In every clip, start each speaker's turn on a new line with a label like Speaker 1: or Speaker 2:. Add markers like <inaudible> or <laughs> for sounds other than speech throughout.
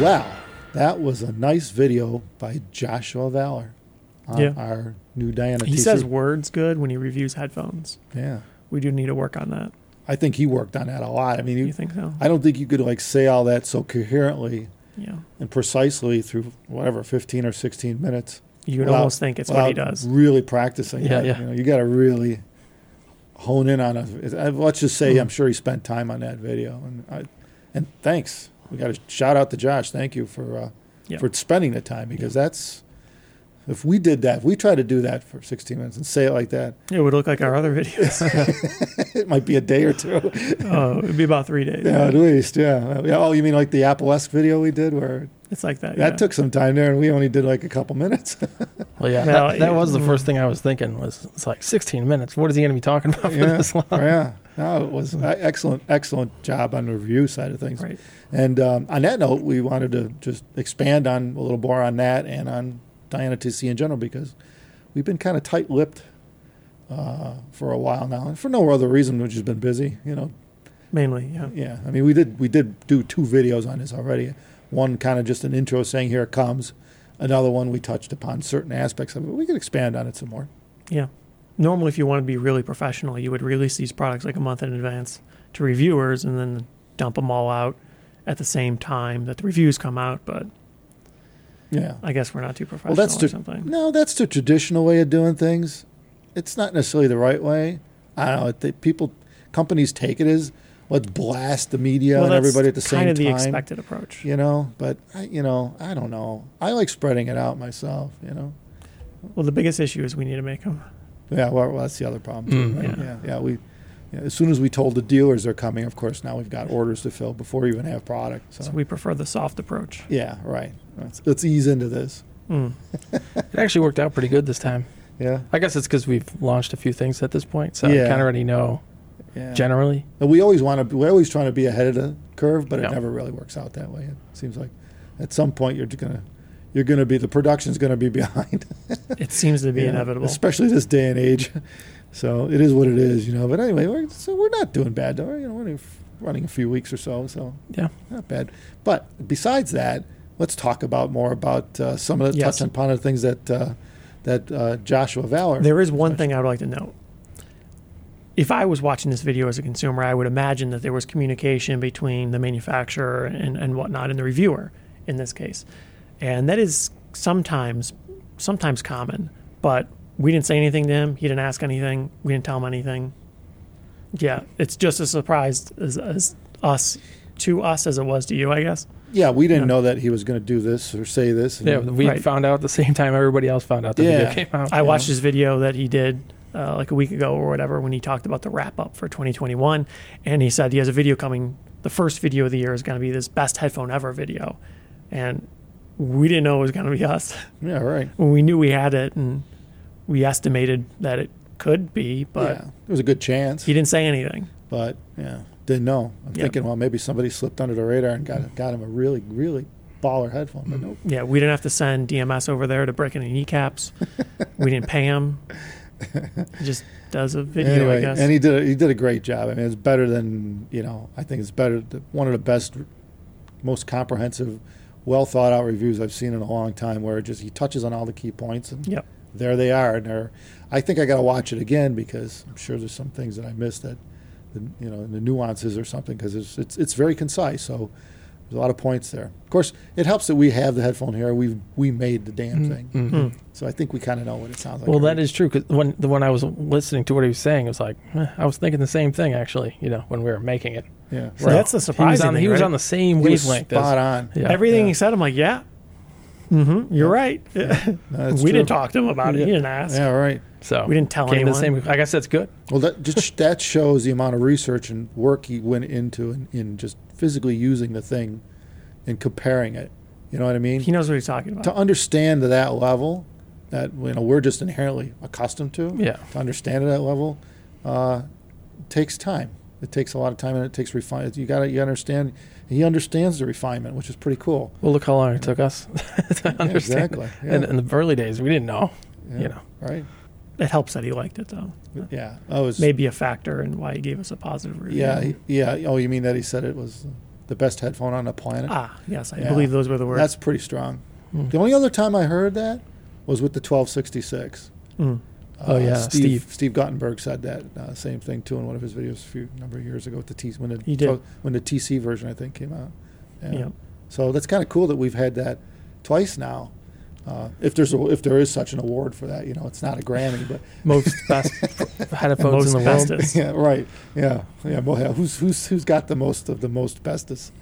Speaker 1: Well, that was a nice video by Joshua Valor on
Speaker 2: Yeah.
Speaker 1: our new Diana
Speaker 2: He
Speaker 1: TC.
Speaker 2: says words good when he reviews headphones.
Speaker 1: yeah.
Speaker 2: We do need to work on that.
Speaker 1: I think he worked on that a lot. I mean,
Speaker 2: You
Speaker 1: you,
Speaker 2: think so?
Speaker 1: I don't think you could like say all that so coherently
Speaker 2: Yeah.
Speaker 1: and precisely through whatever 15 or 16 minutes.
Speaker 2: You would
Speaker 1: Without-
Speaker 2: almost think it's what he
Speaker 1: without
Speaker 2: does.
Speaker 1: Really practicing.
Speaker 2: Yeah,
Speaker 1: that,
Speaker 2: yeah.
Speaker 1: You, know, you got to really hone in on a. uh, Let's just
Speaker 2: Mm-hmm.
Speaker 1: say I'm sure he spent time on that video, and I, and thanks. We got to shout out to Josh. Thank you for uh,
Speaker 2: Yeah.
Speaker 1: for spending the time because that's if we did that, if we tried to do that for 16 minutes and say it like that, <laughs>
Speaker 2: It would look like our other videos.
Speaker 1: it might be a day or
Speaker 2: <laughs>
Speaker 1: two.
Speaker 2: oh, it'd be about three days.
Speaker 1: yeah, at least. Yeah. Yeah, Oh, you mean like the Apple esque video we did where
Speaker 2: It's like that.
Speaker 1: that
Speaker 2: yeah.
Speaker 1: took some time there, and we only did like a couple minutes.
Speaker 3: Well, yeah,
Speaker 2: Now,
Speaker 3: that, that was the
Speaker 2: mm.
Speaker 3: first thing I was thinking was it's like 16 minutes. What is he going to be talking <laughs> about for
Speaker 1: yeah, Oh,
Speaker 3: this long?
Speaker 1: yeah. No, it was a- excellent, excellent job on the review side of things.
Speaker 2: Right.
Speaker 1: And um, on that note, we wanted to just expand on a little more on that and on Diana TC in general because we've been kind of tight-lipped uh, for a while now, and for no other reason, we've just been busy. You know,
Speaker 2: Mainly. Yeah.
Speaker 1: yeah. I mean, we did we did do two videos on this already. One kind of just an intro saying here it comes. Another one we touched upon certain aspects of it. We could expand on it some more.
Speaker 2: Yeah. Normally, if you want to be really professional, you would release these products like a month in advance to reviewers and then dump them all out at the same time that the reviews come out. But
Speaker 1: Yeah.
Speaker 2: I guess we're not too professional
Speaker 1: Well, that's
Speaker 2: or
Speaker 1: the
Speaker 2: something.
Speaker 1: no, that's the traditional way of doing things. It's not necessarily the right way. I don't know. They, people, companies take it as let's blast the media
Speaker 2: well,
Speaker 1: and
Speaker 2: that's
Speaker 1: everybody at the same
Speaker 2: kind of
Speaker 1: time.
Speaker 2: the expected approach.
Speaker 1: you know, but I, you know, I don't know. I like spreading it out myself. You know,
Speaker 2: Well, the biggest issue is we need to make them.
Speaker 1: yeah. Well, well that's the other problem. Too,
Speaker 3: Mm,
Speaker 1: right?
Speaker 2: yeah.
Speaker 1: yeah. yeah, We, yeah, as soon as we told the dealers they're coming, of course, now we've got orders to fill before we even have product. So,
Speaker 2: So we prefer the soft approach.
Speaker 1: yeah, right. Let's, let's ease into this.
Speaker 2: Mm.
Speaker 3: It actually worked out pretty good this time.
Speaker 1: Yeah,
Speaker 3: I guess it's because we've launched a few things at this point, so I
Speaker 1: Yeah.
Speaker 3: kind of already know
Speaker 1: yeah.
Speaker 3: generally.
Speaker 1: And we always want to. We're always trying to be ahead of the curve, but
Speaker 3: Yeah.
Speaker 1: it never really works out that way. It seems like at some point you're gonna you're gonna be the production's gonna be <laughs> behind.
Speaker 2: It seems to be
Speaker 1: you know,
Speaker 2: inevitable.
Speaker 1: especially this day and age. So it is what it is, you know. But anyway, we're so we're not doing bad though. You know, we're only f- running a few weeks or so, so
Speaker 3: Yeah.
Speaker 1: not bad. But besides that, let's talk about more about uh, some of the
Speaker 2: Yes.
Speaker 1: touch upon the things that uh, that uh, Joshua Valor.
Speaker 2: There is one thing I would like to note. If I was watching this video as a consumer, I would imagine that there was communication between the manufacturer and, and whatnot and the reviewer in this case. And that is sometimes sometimes common, but we didn't say anything to him. He didn't ask anything. We didn't tell him anything. Yeah, it's just as surprised as, as us to us as it was to you, I guess.
Speaker 1: yeah, we didn't
Speaker 2: Yeah.
Speaker 1: know that he was going to do this or say this.
Speaker 3: Yeah, we
Speaker 2: Right.
Speaker 3: found out at the same time everybody else found out the
Speaker 1: Yeah.
Speaker 3: video came out.
Speaker 2: I watched his video that he did uh, like a week ago or whatever when he talked about the wrap up for 2021, and he said he has a video coming. The first video of the year is going to be this best headphone ever video, and we didn't know it was going to be <laughs> us.
Speaker 1: yeah, right.
Speaker 2: we knew we had it, and we estimated that it could be, but
Speaker 1: yeah, there was a good chance.
Speaker 2: he didn't say anything.
Speaker 1: but yeah, didn't know. I'm
Speaker 2: Yeah.
Speaker 1: thinking, well, maybe somebody slipped under the radar and got got him a really really baller headphone. But nope.
Speaker 2: Yeah, we didn't have to send DMS over there to break any kneecaps. we didn't pay him. He just does a video, I
Speaker 1: Anyway,
Speaker 2: guess.
Speaker 1: and he did a, he did a great job. I mean, it's better than you know. I think it's better th- one of the best, most comprehensive, well thought out reviews I've seen in a long time. Where it just he touches on all the key points and
Speaker 2: yep.
Speaker 1: there they are. And they're, I think I got to watch it again because I'm sure there's some things that I missed that, the, you know, the nuances or something because it's, it's it's very concise. So there's a lot of points there. Of course, it helps that we have the headphone here. We we made the damn thing,
Speaker 2: Mm.
Speaker 1: so I think we kind of know what it sounds like.
Speaker 3: Mm-hmm. Well, that is true because when the when I was listening to what he was saying, it was like eh, I was thinking the same thing actually. You know, when we were making it,
Speaker 1: yeah.
Speaker 2: So that's the
Speaker 3: he was
Speaker 2: surprising
Speaker 3: on,
Speaker 2: thing.
Speaker 3: he was
Speaker 2: right?
Speaker 3: on the same
Speaker 1: He was
Speaker 3: wavelength. as-
Speaker 1: spot on.
Speaker 3: Yeah,
Speaker 2: Everything
Speaker 3: yeah.
Speaker 2: he said, I'm like, yeah, mm-hmm, you're right. <laughs>
Speaker 1: No,
Speaker 2: we
Speaker 1: that's
Speaker 2: didn't
Speaker 1: true.
Speaker 2: talk to him about it. He
Speaker 1: Yeah.
Speaker 2: didn't ask.
Speaker 1: Yeah, right.
Speaker 3: So
Speaker 2: We didn't tell
Speaker 3: came to the
Speaker 2: anyone.
Speaker 3: same- I guess that's good.
Speaker 1: Well, that just that shows the amount of research and work he went into in, in just physically using the thing and comparing it. You know what I mean?
Speaker 2: He knows what he's talking about.
Speaker 1: to understand to that level that you know we're just inherently accustomed to
Speaker 3: Yeah.
Speaker 1: to understand at that level uh, takes time it takes a lot of time and it takes refine you got to you understand he understands the refinement which is pretty cool
Speaker 3: Well, look how long it took us <laughs> to understand.
Speaker 1: exactly.
Speaker 3: And
Speaker 1: Yeah.
Speaker 3: in the early days, we didn't know. You know,
Speaker 1: right
Speaker 2: it helps that he liked it, though.
Speaker 1: yeah oh it's
Speaker 2: Maybe a factor in why he gave us a positive review.
Speaker 1: yeah he- yeah oh you mean that he said it was the best headphone on the planet.
Speaker 2: Ah, yes, I
Speaker 1: Yeah.
Speaker 2: believe those were the words.
Speaker 1: That's pretty strong.
Speaker 3: Hmm.
Speaker 1: The only other time I heard that was with the 1266.
Speaker 2: Mm.
Speaker 3: Oh, yeah,
Speaker 1: Uh, Steve,
Speaker 3: Steve.
Speaker 1: Steve Gottenberg said that uh, same thing too in one of his videos a few number of years ago with the T when the
Speaker 2: He did.
Speaker 1: when the TC version I think came out. Yeah.
Speaker 2: Yeah.
Speaker 1: So that's kind of cool that we've had that twice now. Uh, if there's a, if there is such an award for that, you know, it's not a Grammy, but
Speaker 3: Most
Speaker 2: <laughs>
Speaker 3: best headphones
Speaker 2: Most
Speaker 3: in the world.
Speaker 1: <laughs>
Speaker 2: bestest.
Speaker 1: yeah, right, yeah, yeah. Well, yeah, who's who's who's got the most of the most bestest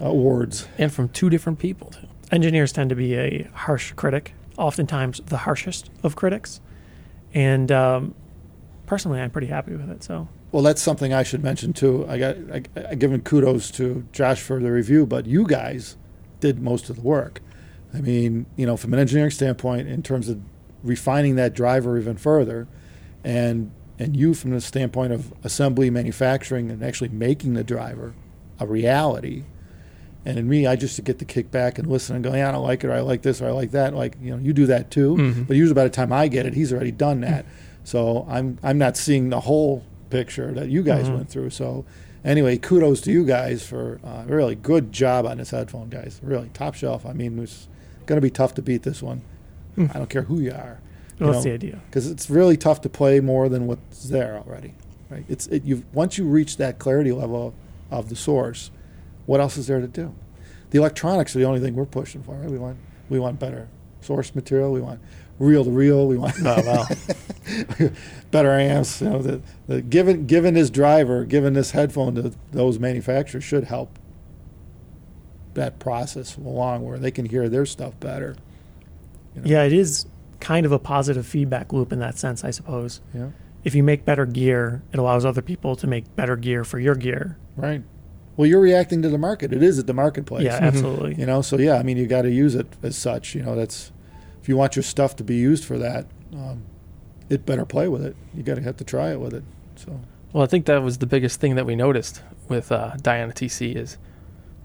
Speaker 1: awards?
Speaker 3: And from two different people, too.
Speaker 2: engineers tend to be a harsh critic, oftentimes the harshest of critics. And um, personally, I'm pretty happy with it. So
Speaker 1: Well, that's something I should mention too. I got I, I given kudos to Josh for the review, but you guys did most of the work. I mean, you know, from an engineering standpoint, in terms of refining that driver even further, and and you from the standpoint of assembly, manufacturing, and actually making the driver a reality. And in me, I just get to kick back and listen and go, yeah, I don't like it, or I like this, or I like that. Like, you know, you do that too. Mm-hmm. But usually by the time I get it, he's already done that. So I'm I'm not seeing the whole picture that you guys went through. So anyway, kudos to you guys for uh, really good job on this headphone, guys. Really top shelf. I mean, it's going to be tough to beat this one. I don't care who you are.
Speaker 2: well, that's the idea.
Speaker 1: Because it's really tough to play more than what's there already. Right? It's it, you once you reach that clarity level of the source, what else is there to do? The electronics are the only thing we're pushing for. Right? We want we want better source material. We want reel to reel. We want
Speaker 3: Oh, wow.
Speaker 1: <laughs> better amps. You know, the, the given given this driver, given this headphone to those manufacturers should help that process along where they can hear their stuff better.
Speaker 2: Yeah, it is kind of a positive feedback loop in that sense, I suppose.
Speaker 1: Yeah.
Speaker 2: If you make better gear, it allows other people to make better gear for your gear.
Speaker 1: Right. Well, you're reacting to the market. It is at the marketplace.
Speaker 2: Yeah, absolutely.
Speaker 1: You know, so Mm-hmm. yeah, I mean, you got to use it as such. You know, that's if you want your stuff to be used for that, um, it better play with it. You got to have to try it with it. So
Speaker 3: Well, I think that was the biggest thing that we noticed with uh, Diana TC is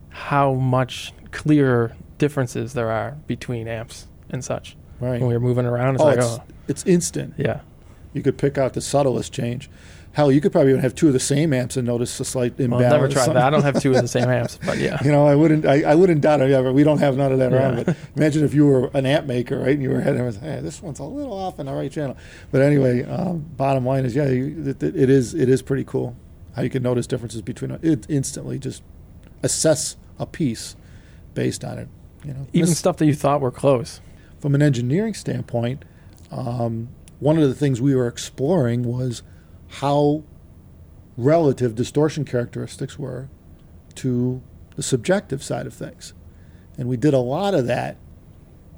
Speaker 3: how much clearer differences there are between amps and such.
Speaker 1: right.
Speaker 3: When we were moving around, it's
Speaker 1: oh,
Speaker 3: like,
Speaker 1: it's,
Speaker 3: oh,
Speaker 1: it's instant.
Speaker 3: yeah,
Speaker 1: You could pick out the subtlest change. Hell, you could probably even have two of the same amps and notice a slight
Speaker 3: well,
Speaker 1: imbalance.
Speaker 3: I've never tried
Speaker 1: Some-
Speaker 3: that. I don't have two of the same amps,
Speaker 1: <laughs>
Speaker 3: but yeah,
Speaker 1: You know, I wouldn't. I, I wouldn't doubt it. Yeah, but we don't have none of that around.
Speaker 3: Yeah.
Speaker 1: But imagine if you were an amp maker, right? And you were heading, hey, this one's a little off in the right channel. But anyway, um, bottom line is, yeah, you, it, it it is. It is pretty cool how you can notice differences between it instantly. Just assess a piece based on it. You know,
Speaker 3: even
Speaker 1: This-
Speaker 3: stuff that you thought were close.
Speaker 1: from an engineering standpoint, um, one of the things we were exploring was how relative distortion characteristics were to the subjective side of things. And we did a lot of that,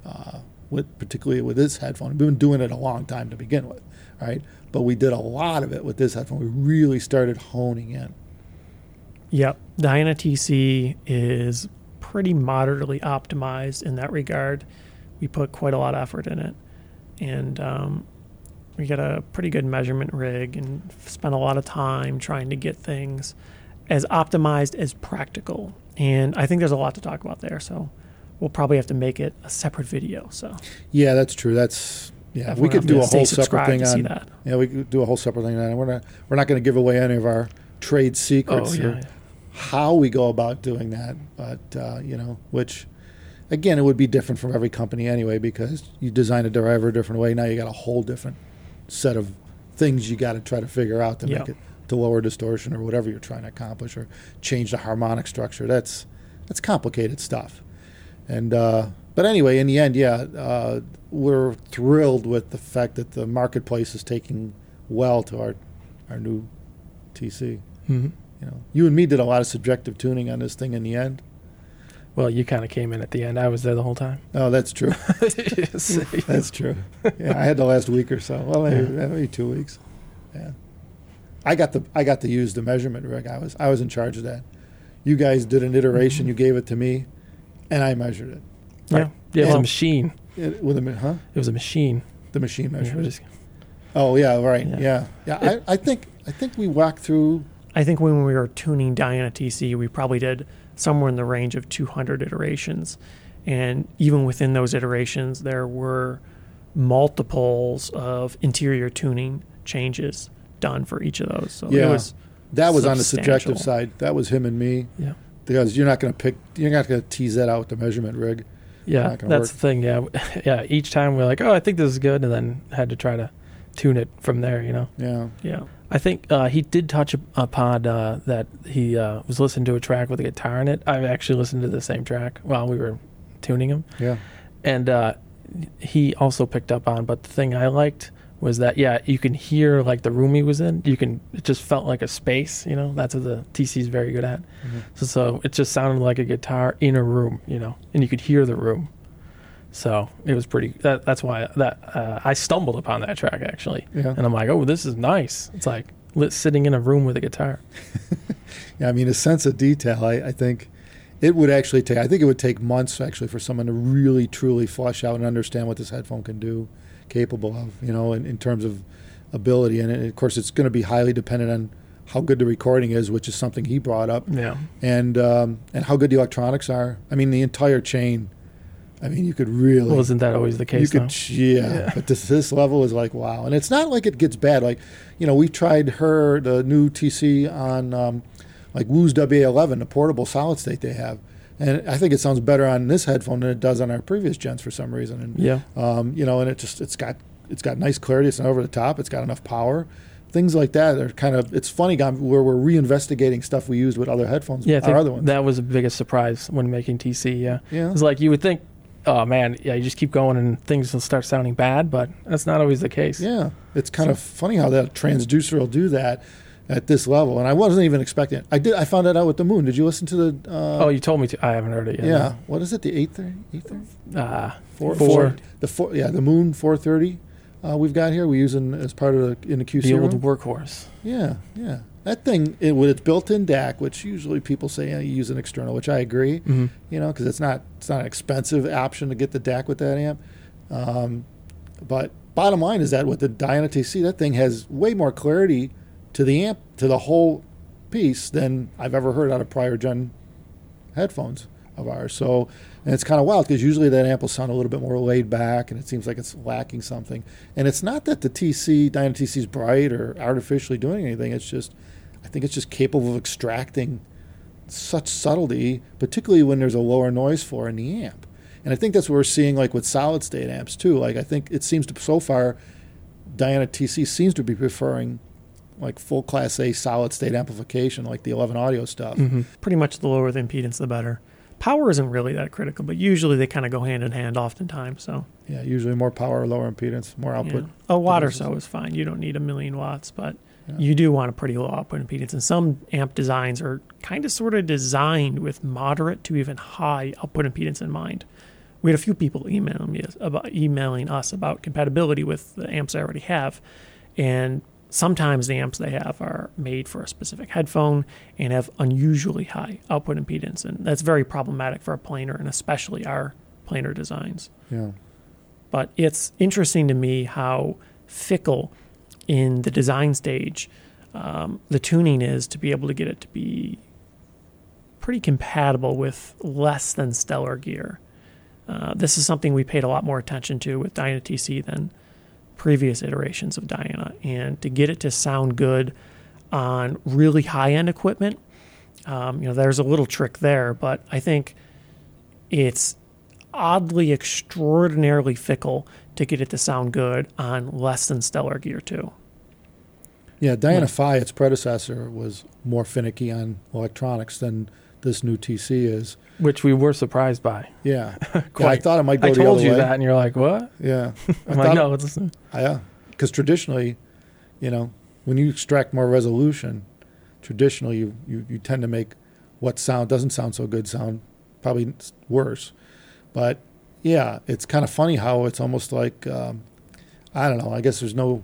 Speaker 1: uh, with, particularly with this headphone. We've been doing it a long time to begin with, right? But we did a lot of it with this headphone. We really started honing in.
Speaker 2: Yep. Diana TC is pretty moderately optimized in that regard. We put quite a lot of effort in it. And um, we got a pretty good measurement rig and f- spent a lot of time trying to get things as optimized as practical. And I think there's a lot to talk about there. So we'll probably have to make it a separate video. So
Speaker 1: Yeah, that's true. That's yeah. we
Speaker 2: Everyone
Speaker 1: could
Speaker 2: have
Speaker 1: do
Speaker 2: to
Speaker 1: a
Speaker 2: stay
Speaker 1: whole separate
Speaker 2: subscribed
Speaker 1: thing
Speaker 2: to
Speaker 1: on
Speaker 2: see that.
Speaker 1: Yeah, we could do a whole separate thing on it. We're not we're not going to give away any of our trade
Speaker 3: Oh,
Speaker 1: secrets
Speaker 3: yeah,
Speaker 1: or
Speaker 3: yeah.
Speaker 1: how we go about doing that. But uh, you know, which again, it would be different from every company anyway because you design a driver a different way. Now you got a whole different set of things you got to try to figure out to
Speaker 2: Yeah.
Speaker 1: make it to lower distortion or whatever you're trying to accomplish or change the harmonic structure. That's that's complicated stuff. And uh, but anyway, in the end, yeah, uh, we're thrilled with the fact that the marketplace is taking well to our our new TC.
Speaker 3: Mm-hmm.
Speaker 1: You know, you and me did a lot of subjective tuning on this thing in the end.
Speaker 3: Well, you kind of came in at the end. I was there the whole time. <laughs>
Speaker 1: Oh, that's true.
Speaker 3: So,
Speaker 1: <laughs> That's true. <laughs> Yeah, I had the last week or so. Well, maybe, maybe two weeks. Yeah, I got the I got to use the measurement rig. I was I was in charge of that. You guys did an iteration. You gave it to me, and I measured it.
Speaker 3: Yeah, yeah, it was
Speaker 1: Yeah.
Speaker 3: a machine.
Speaker 1: it with a mi- huh?
Speaker 3: It was a machine.
Speaker 1: The machine
Speaker 3: Yeah, it
Speaker 1: measured.
Speaker 3: was
Speaker 1: it.
Speaker 3: just-
Speaker 1: oh yeah, right.
Speaker 3: Yeah.
Speaker 1: Yeah, yeah. I, I think I think we walked through.
Speaker 2: I think when we were tuning Diana TC, we probably did somewhere in the range of 200 iterations. And even within those iterations, there were multiples of interior tuning changes done for each of those. So
Speaker 1: Yeah.
Speaker 2: it was
Speaker 1: That was on the
Speaker 2: Substantial.
Speaker 1: subjective side. That was him and me.
Speaker 3: yeah.
Speaker 1: Th- because you're not going to pick, you're not going to tease that out with the measurement rig.
Speaker 3: Yeah,
Speaker 1: not
Speaker 3: that's
Speaker 1: gonna work.
Speaker 3: the thing. Yeah, yeah. <laughs> Each time we're like, oh, I think this is good, and then had to try to tune it from there. You know.
Speaker 1: Yeah,
Speaker 2: Yeah.
Speaker 3: I think uh, he did touch up- upon uh, that he uh, was listening to a track with a guitar in it. I actually listened to the same track while we were tuning him,
Speaker 1: yeah,
Speaker 3: and uh, he also picked up on. But the thing I liked was that yeah, you can hear like the room he was in. You can it just felt like a space. You know, that's what the TC's very good at.
Speaker 1: Mhm.
Speaker 3: So, so it just sounded like a guitar in a room. You know, and you could hear the room. So it was pretty. That, that's why that uh, I stumbled upon that track actually.
Speaker 1: yeah.
Speaker 3: And I'm like, oh, this is nice. It's like lit sitting in a room with a guitar.
Speaker 1: Yeah, I mean, a sense of detail. I, I think it would actually take. I think it would take months actually for someone to really truly flush out and understand what this headphone can do, capable of. You know, in, in terms of ability, and, and of course, it's going to be highly dependent on how good the recording is, which is something he brought up,
Speaker 3: Yeah.
Speaker 1: and um, and how good the electronics are. I mean, the entire chain. I mean, you could really
Speaker 3: Well, isn't that always the
Speaker 1: you
Speaker 3: case?
Speaker 1: could,
Speaker 3: though?
Speaker 1: yeah,
Speaker 3: Yeah.
Speaker 1: But this this level is like wow, and it's not like it gets bad. Like, you know, we tried her the new TC on um, like Woo's WA11, the portable solid state they have, and I think it sounds better on this headphone than it does on our previous gens for some reason. And
Speaker 3: yeah.
Speaker 1: um, you know, and it just it's got it's got nice clarity. It's not over the top. It's got enough power. Things like that are kind of it's funny Gom, where we're reinvestigating stuff we used with other headphones,
Speaker 3: Yeah. I think
Speaker 1: our other ones.
Speaker 3: That was the biggest surprise when making TC. Yeah.
Speaker 1: yeah,
Speaker 3: It's like you would think, oh, man, yeah, you just keep going and things will start sounding bad, but that's not always the case.
Speaker 1: Yeah, it's kind of funny how that transducer will do that at this level, and I wasn't even expecting it. I did. I found that out with the moon. Did you listen to the? Uh,
Speaker 3: Oh, you told me to. I haven't heard it yet.
Speaker 1: yeah. What is it? The eight thirty, eight thirty,
Speaker 3: Uh,
Speaker 1: four,
Speaker 3: Four.
Speaker 1: four. The four. Yeah, the moon four thirty. Uh, we've got here. We're using as part of the in the QC
Speaker 3: the old
Speaker 1: room.
Speaker 3: workhorse.
Speaker 1: Yeah, yeah. That thing it, with its built-in DAC, which usually people say yeah, you use an external, which I agree.
Speaker 3: Mm-hmm.
Speaker 1: You know, because it's not it's not an expensive option to get the DAC with that amp. Um, but bottom line is that with the Diana TC, that thing has way more clarity to the amp to the whole piece than I've ever heard out of prior gen headphones of ours. So, and it's kind of wild because usually that amp will sound a little bit more laid back, and it seems like it's lacking something. And it's not that the TC Dyna TC is bright or artificially doing anything. It's just, I think it's just capable of extracting such subtlety, particularly when there's a lower noise floor in the amp. And I think that's what we're seeing, like with solid state amps too. Like I think it seems to so far, Diana TC seems to be preferring like full class A solid state amplification, like the 11 audio stuff.
Speaker 3: Mm-hmm.
Speaker 2: Pretty much the lower the impedance, the better. Power isn't really that critical, but usually they kind of go hand in hand oftentimes. So,
Speaker 1: Yeah, usually more power, lower impedance, more output.
Speaker 2: yeah. a watt or
Speaker 1: devices.
Speaker 2: so is fine. You don't need a million watts, but
Speaker 1: Yeah.
Speaker 2: you do want a pretty low output impedance. And some amp designs are kind of sort of designed with moderate to even high output impedance in mind. We had a few people emailing me about emailing us about compatibility with the amps I already have, and sometimes the amps they have are made for a specific headphone and have unusually high output impedance, and that's very problematic for a planar and especially our planar designs
Speaker 1: Yeah,
Speaker 2: but it's interesting to me how fickle in the design stage um, the tuning is to be able to get it to be pretty compatible with less than stellar gear. Uh, this is something we paid a lot more attention to with Dyna TC than previous iterations of Diana, and to get it to sound good on really high end equipment, um, you know, there's a little trick there, but I think it's oddly extraordinarily fickle to get it to sound good on less than stellar gear too.
Speaker 1: yeah. Diana Phi, its predecessor, was more finicky on electronics than this new TC is.
Speaker 3: Which we were surprised by. <laughs>
Speaker 1: Yeah, yeah I
Speaker 3: Quite.
Speaker 1: thought it might go
Speaker 3: I
Speaker 1: the
Speaker 3: told
Speaker 1: other
Speaker 3: you
Speaker 1: way.
Speaker 3: that, and you're like, what? <laughs>
Speaker 1: Yeah, I
Speaker 3: I'm like,
Speaker 1: thought-
Speaker 3: no, it's,
Speaker 1: Yeah, because traditionally, you know, when you extract more resolution, traditionally you, you, you tend to make what sound doesn't sound so good sound probably s- worse. But yeah, it's kind of funny how it's almost like um, I don't know. I guess there's no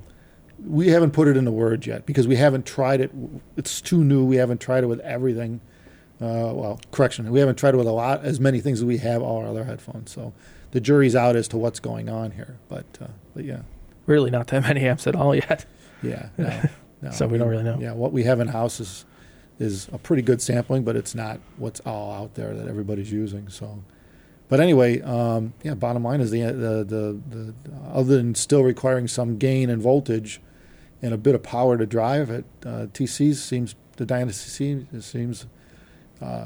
Speaker 1: we haven't put it into words yet because we haven't tried it. It's too new. We haven't tried it with everything. Uh, well, correction, we haven't tried it with a lot as many things as we have all our other headphones. So the jury's out as to what's going on here. But uh, but yeah.
Speaker 3: really not that <laughs> many amps at all yet. <laughs>
Speaker 1: Yeah. No, no.
Speaker 3: So we don't really know.
Speaker 1: Yeah, what we have in house is is a pretty good sampling, but it's not what's all out there that everybody's using. So, but anyway, um, yeah. Bottom line is the, the the the other than still requiring some gain and voltage and a bit of power to drive it, uh, TC seems the Dynasty seems seems uh,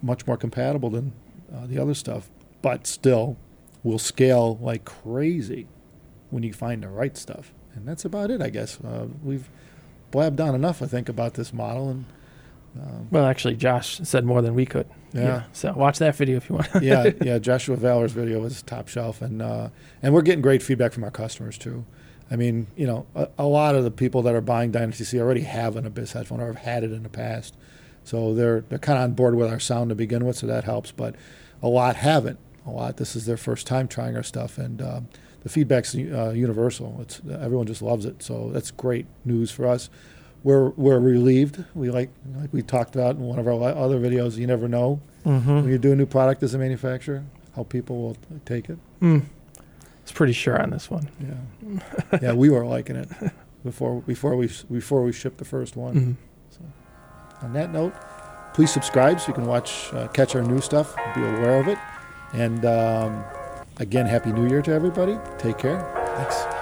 Speaker 1: much more compatible than uh, the other stuff, but still will scale like crazy when you find the right stuff. And that's about it, I guess. Uh, we've blabbed on enough, I think, about this model. And um,
Speaker 3: Well, actually, Josh said more than we could.
Speaker 1: yeah,
Speaker 3: So watch that video if you want. <laughs>
Speaker 1: yeah, yeah. Joshua Valor's video was top shelf, and uh, and we're getting great feedback from our customers too. I mean, you know, a, a lot of the people that are buying Dynasty C already have an Abyss headphone or have had it in the past, so they're they're kind of on board with our sound to begin with, so that helps. But a lot haven't. A lot. This is their first time trying our stuff, and um, the feedback's uh, universal. It's everyone just loves it, so that's great news for us. We're, we're relieved. We like like we talked about in one of our li- other videos. You never know
Speaker 2: Mm-hmm.
Speaker 1: when you do a new product as a manufacturer, how people will take it.
Speaker 3: Hmm. It's pretty sure on this one.
Speaker 1: Yeah, yeah, we were liking it before before we before we shipped the first one.
Speaker 3: Mhm.
Speaker 1: On that note, please subscribe so you can watch uh, catch our new stuff, be aware of it, and um, again, happy New Year to everybody. Take care. Thanks.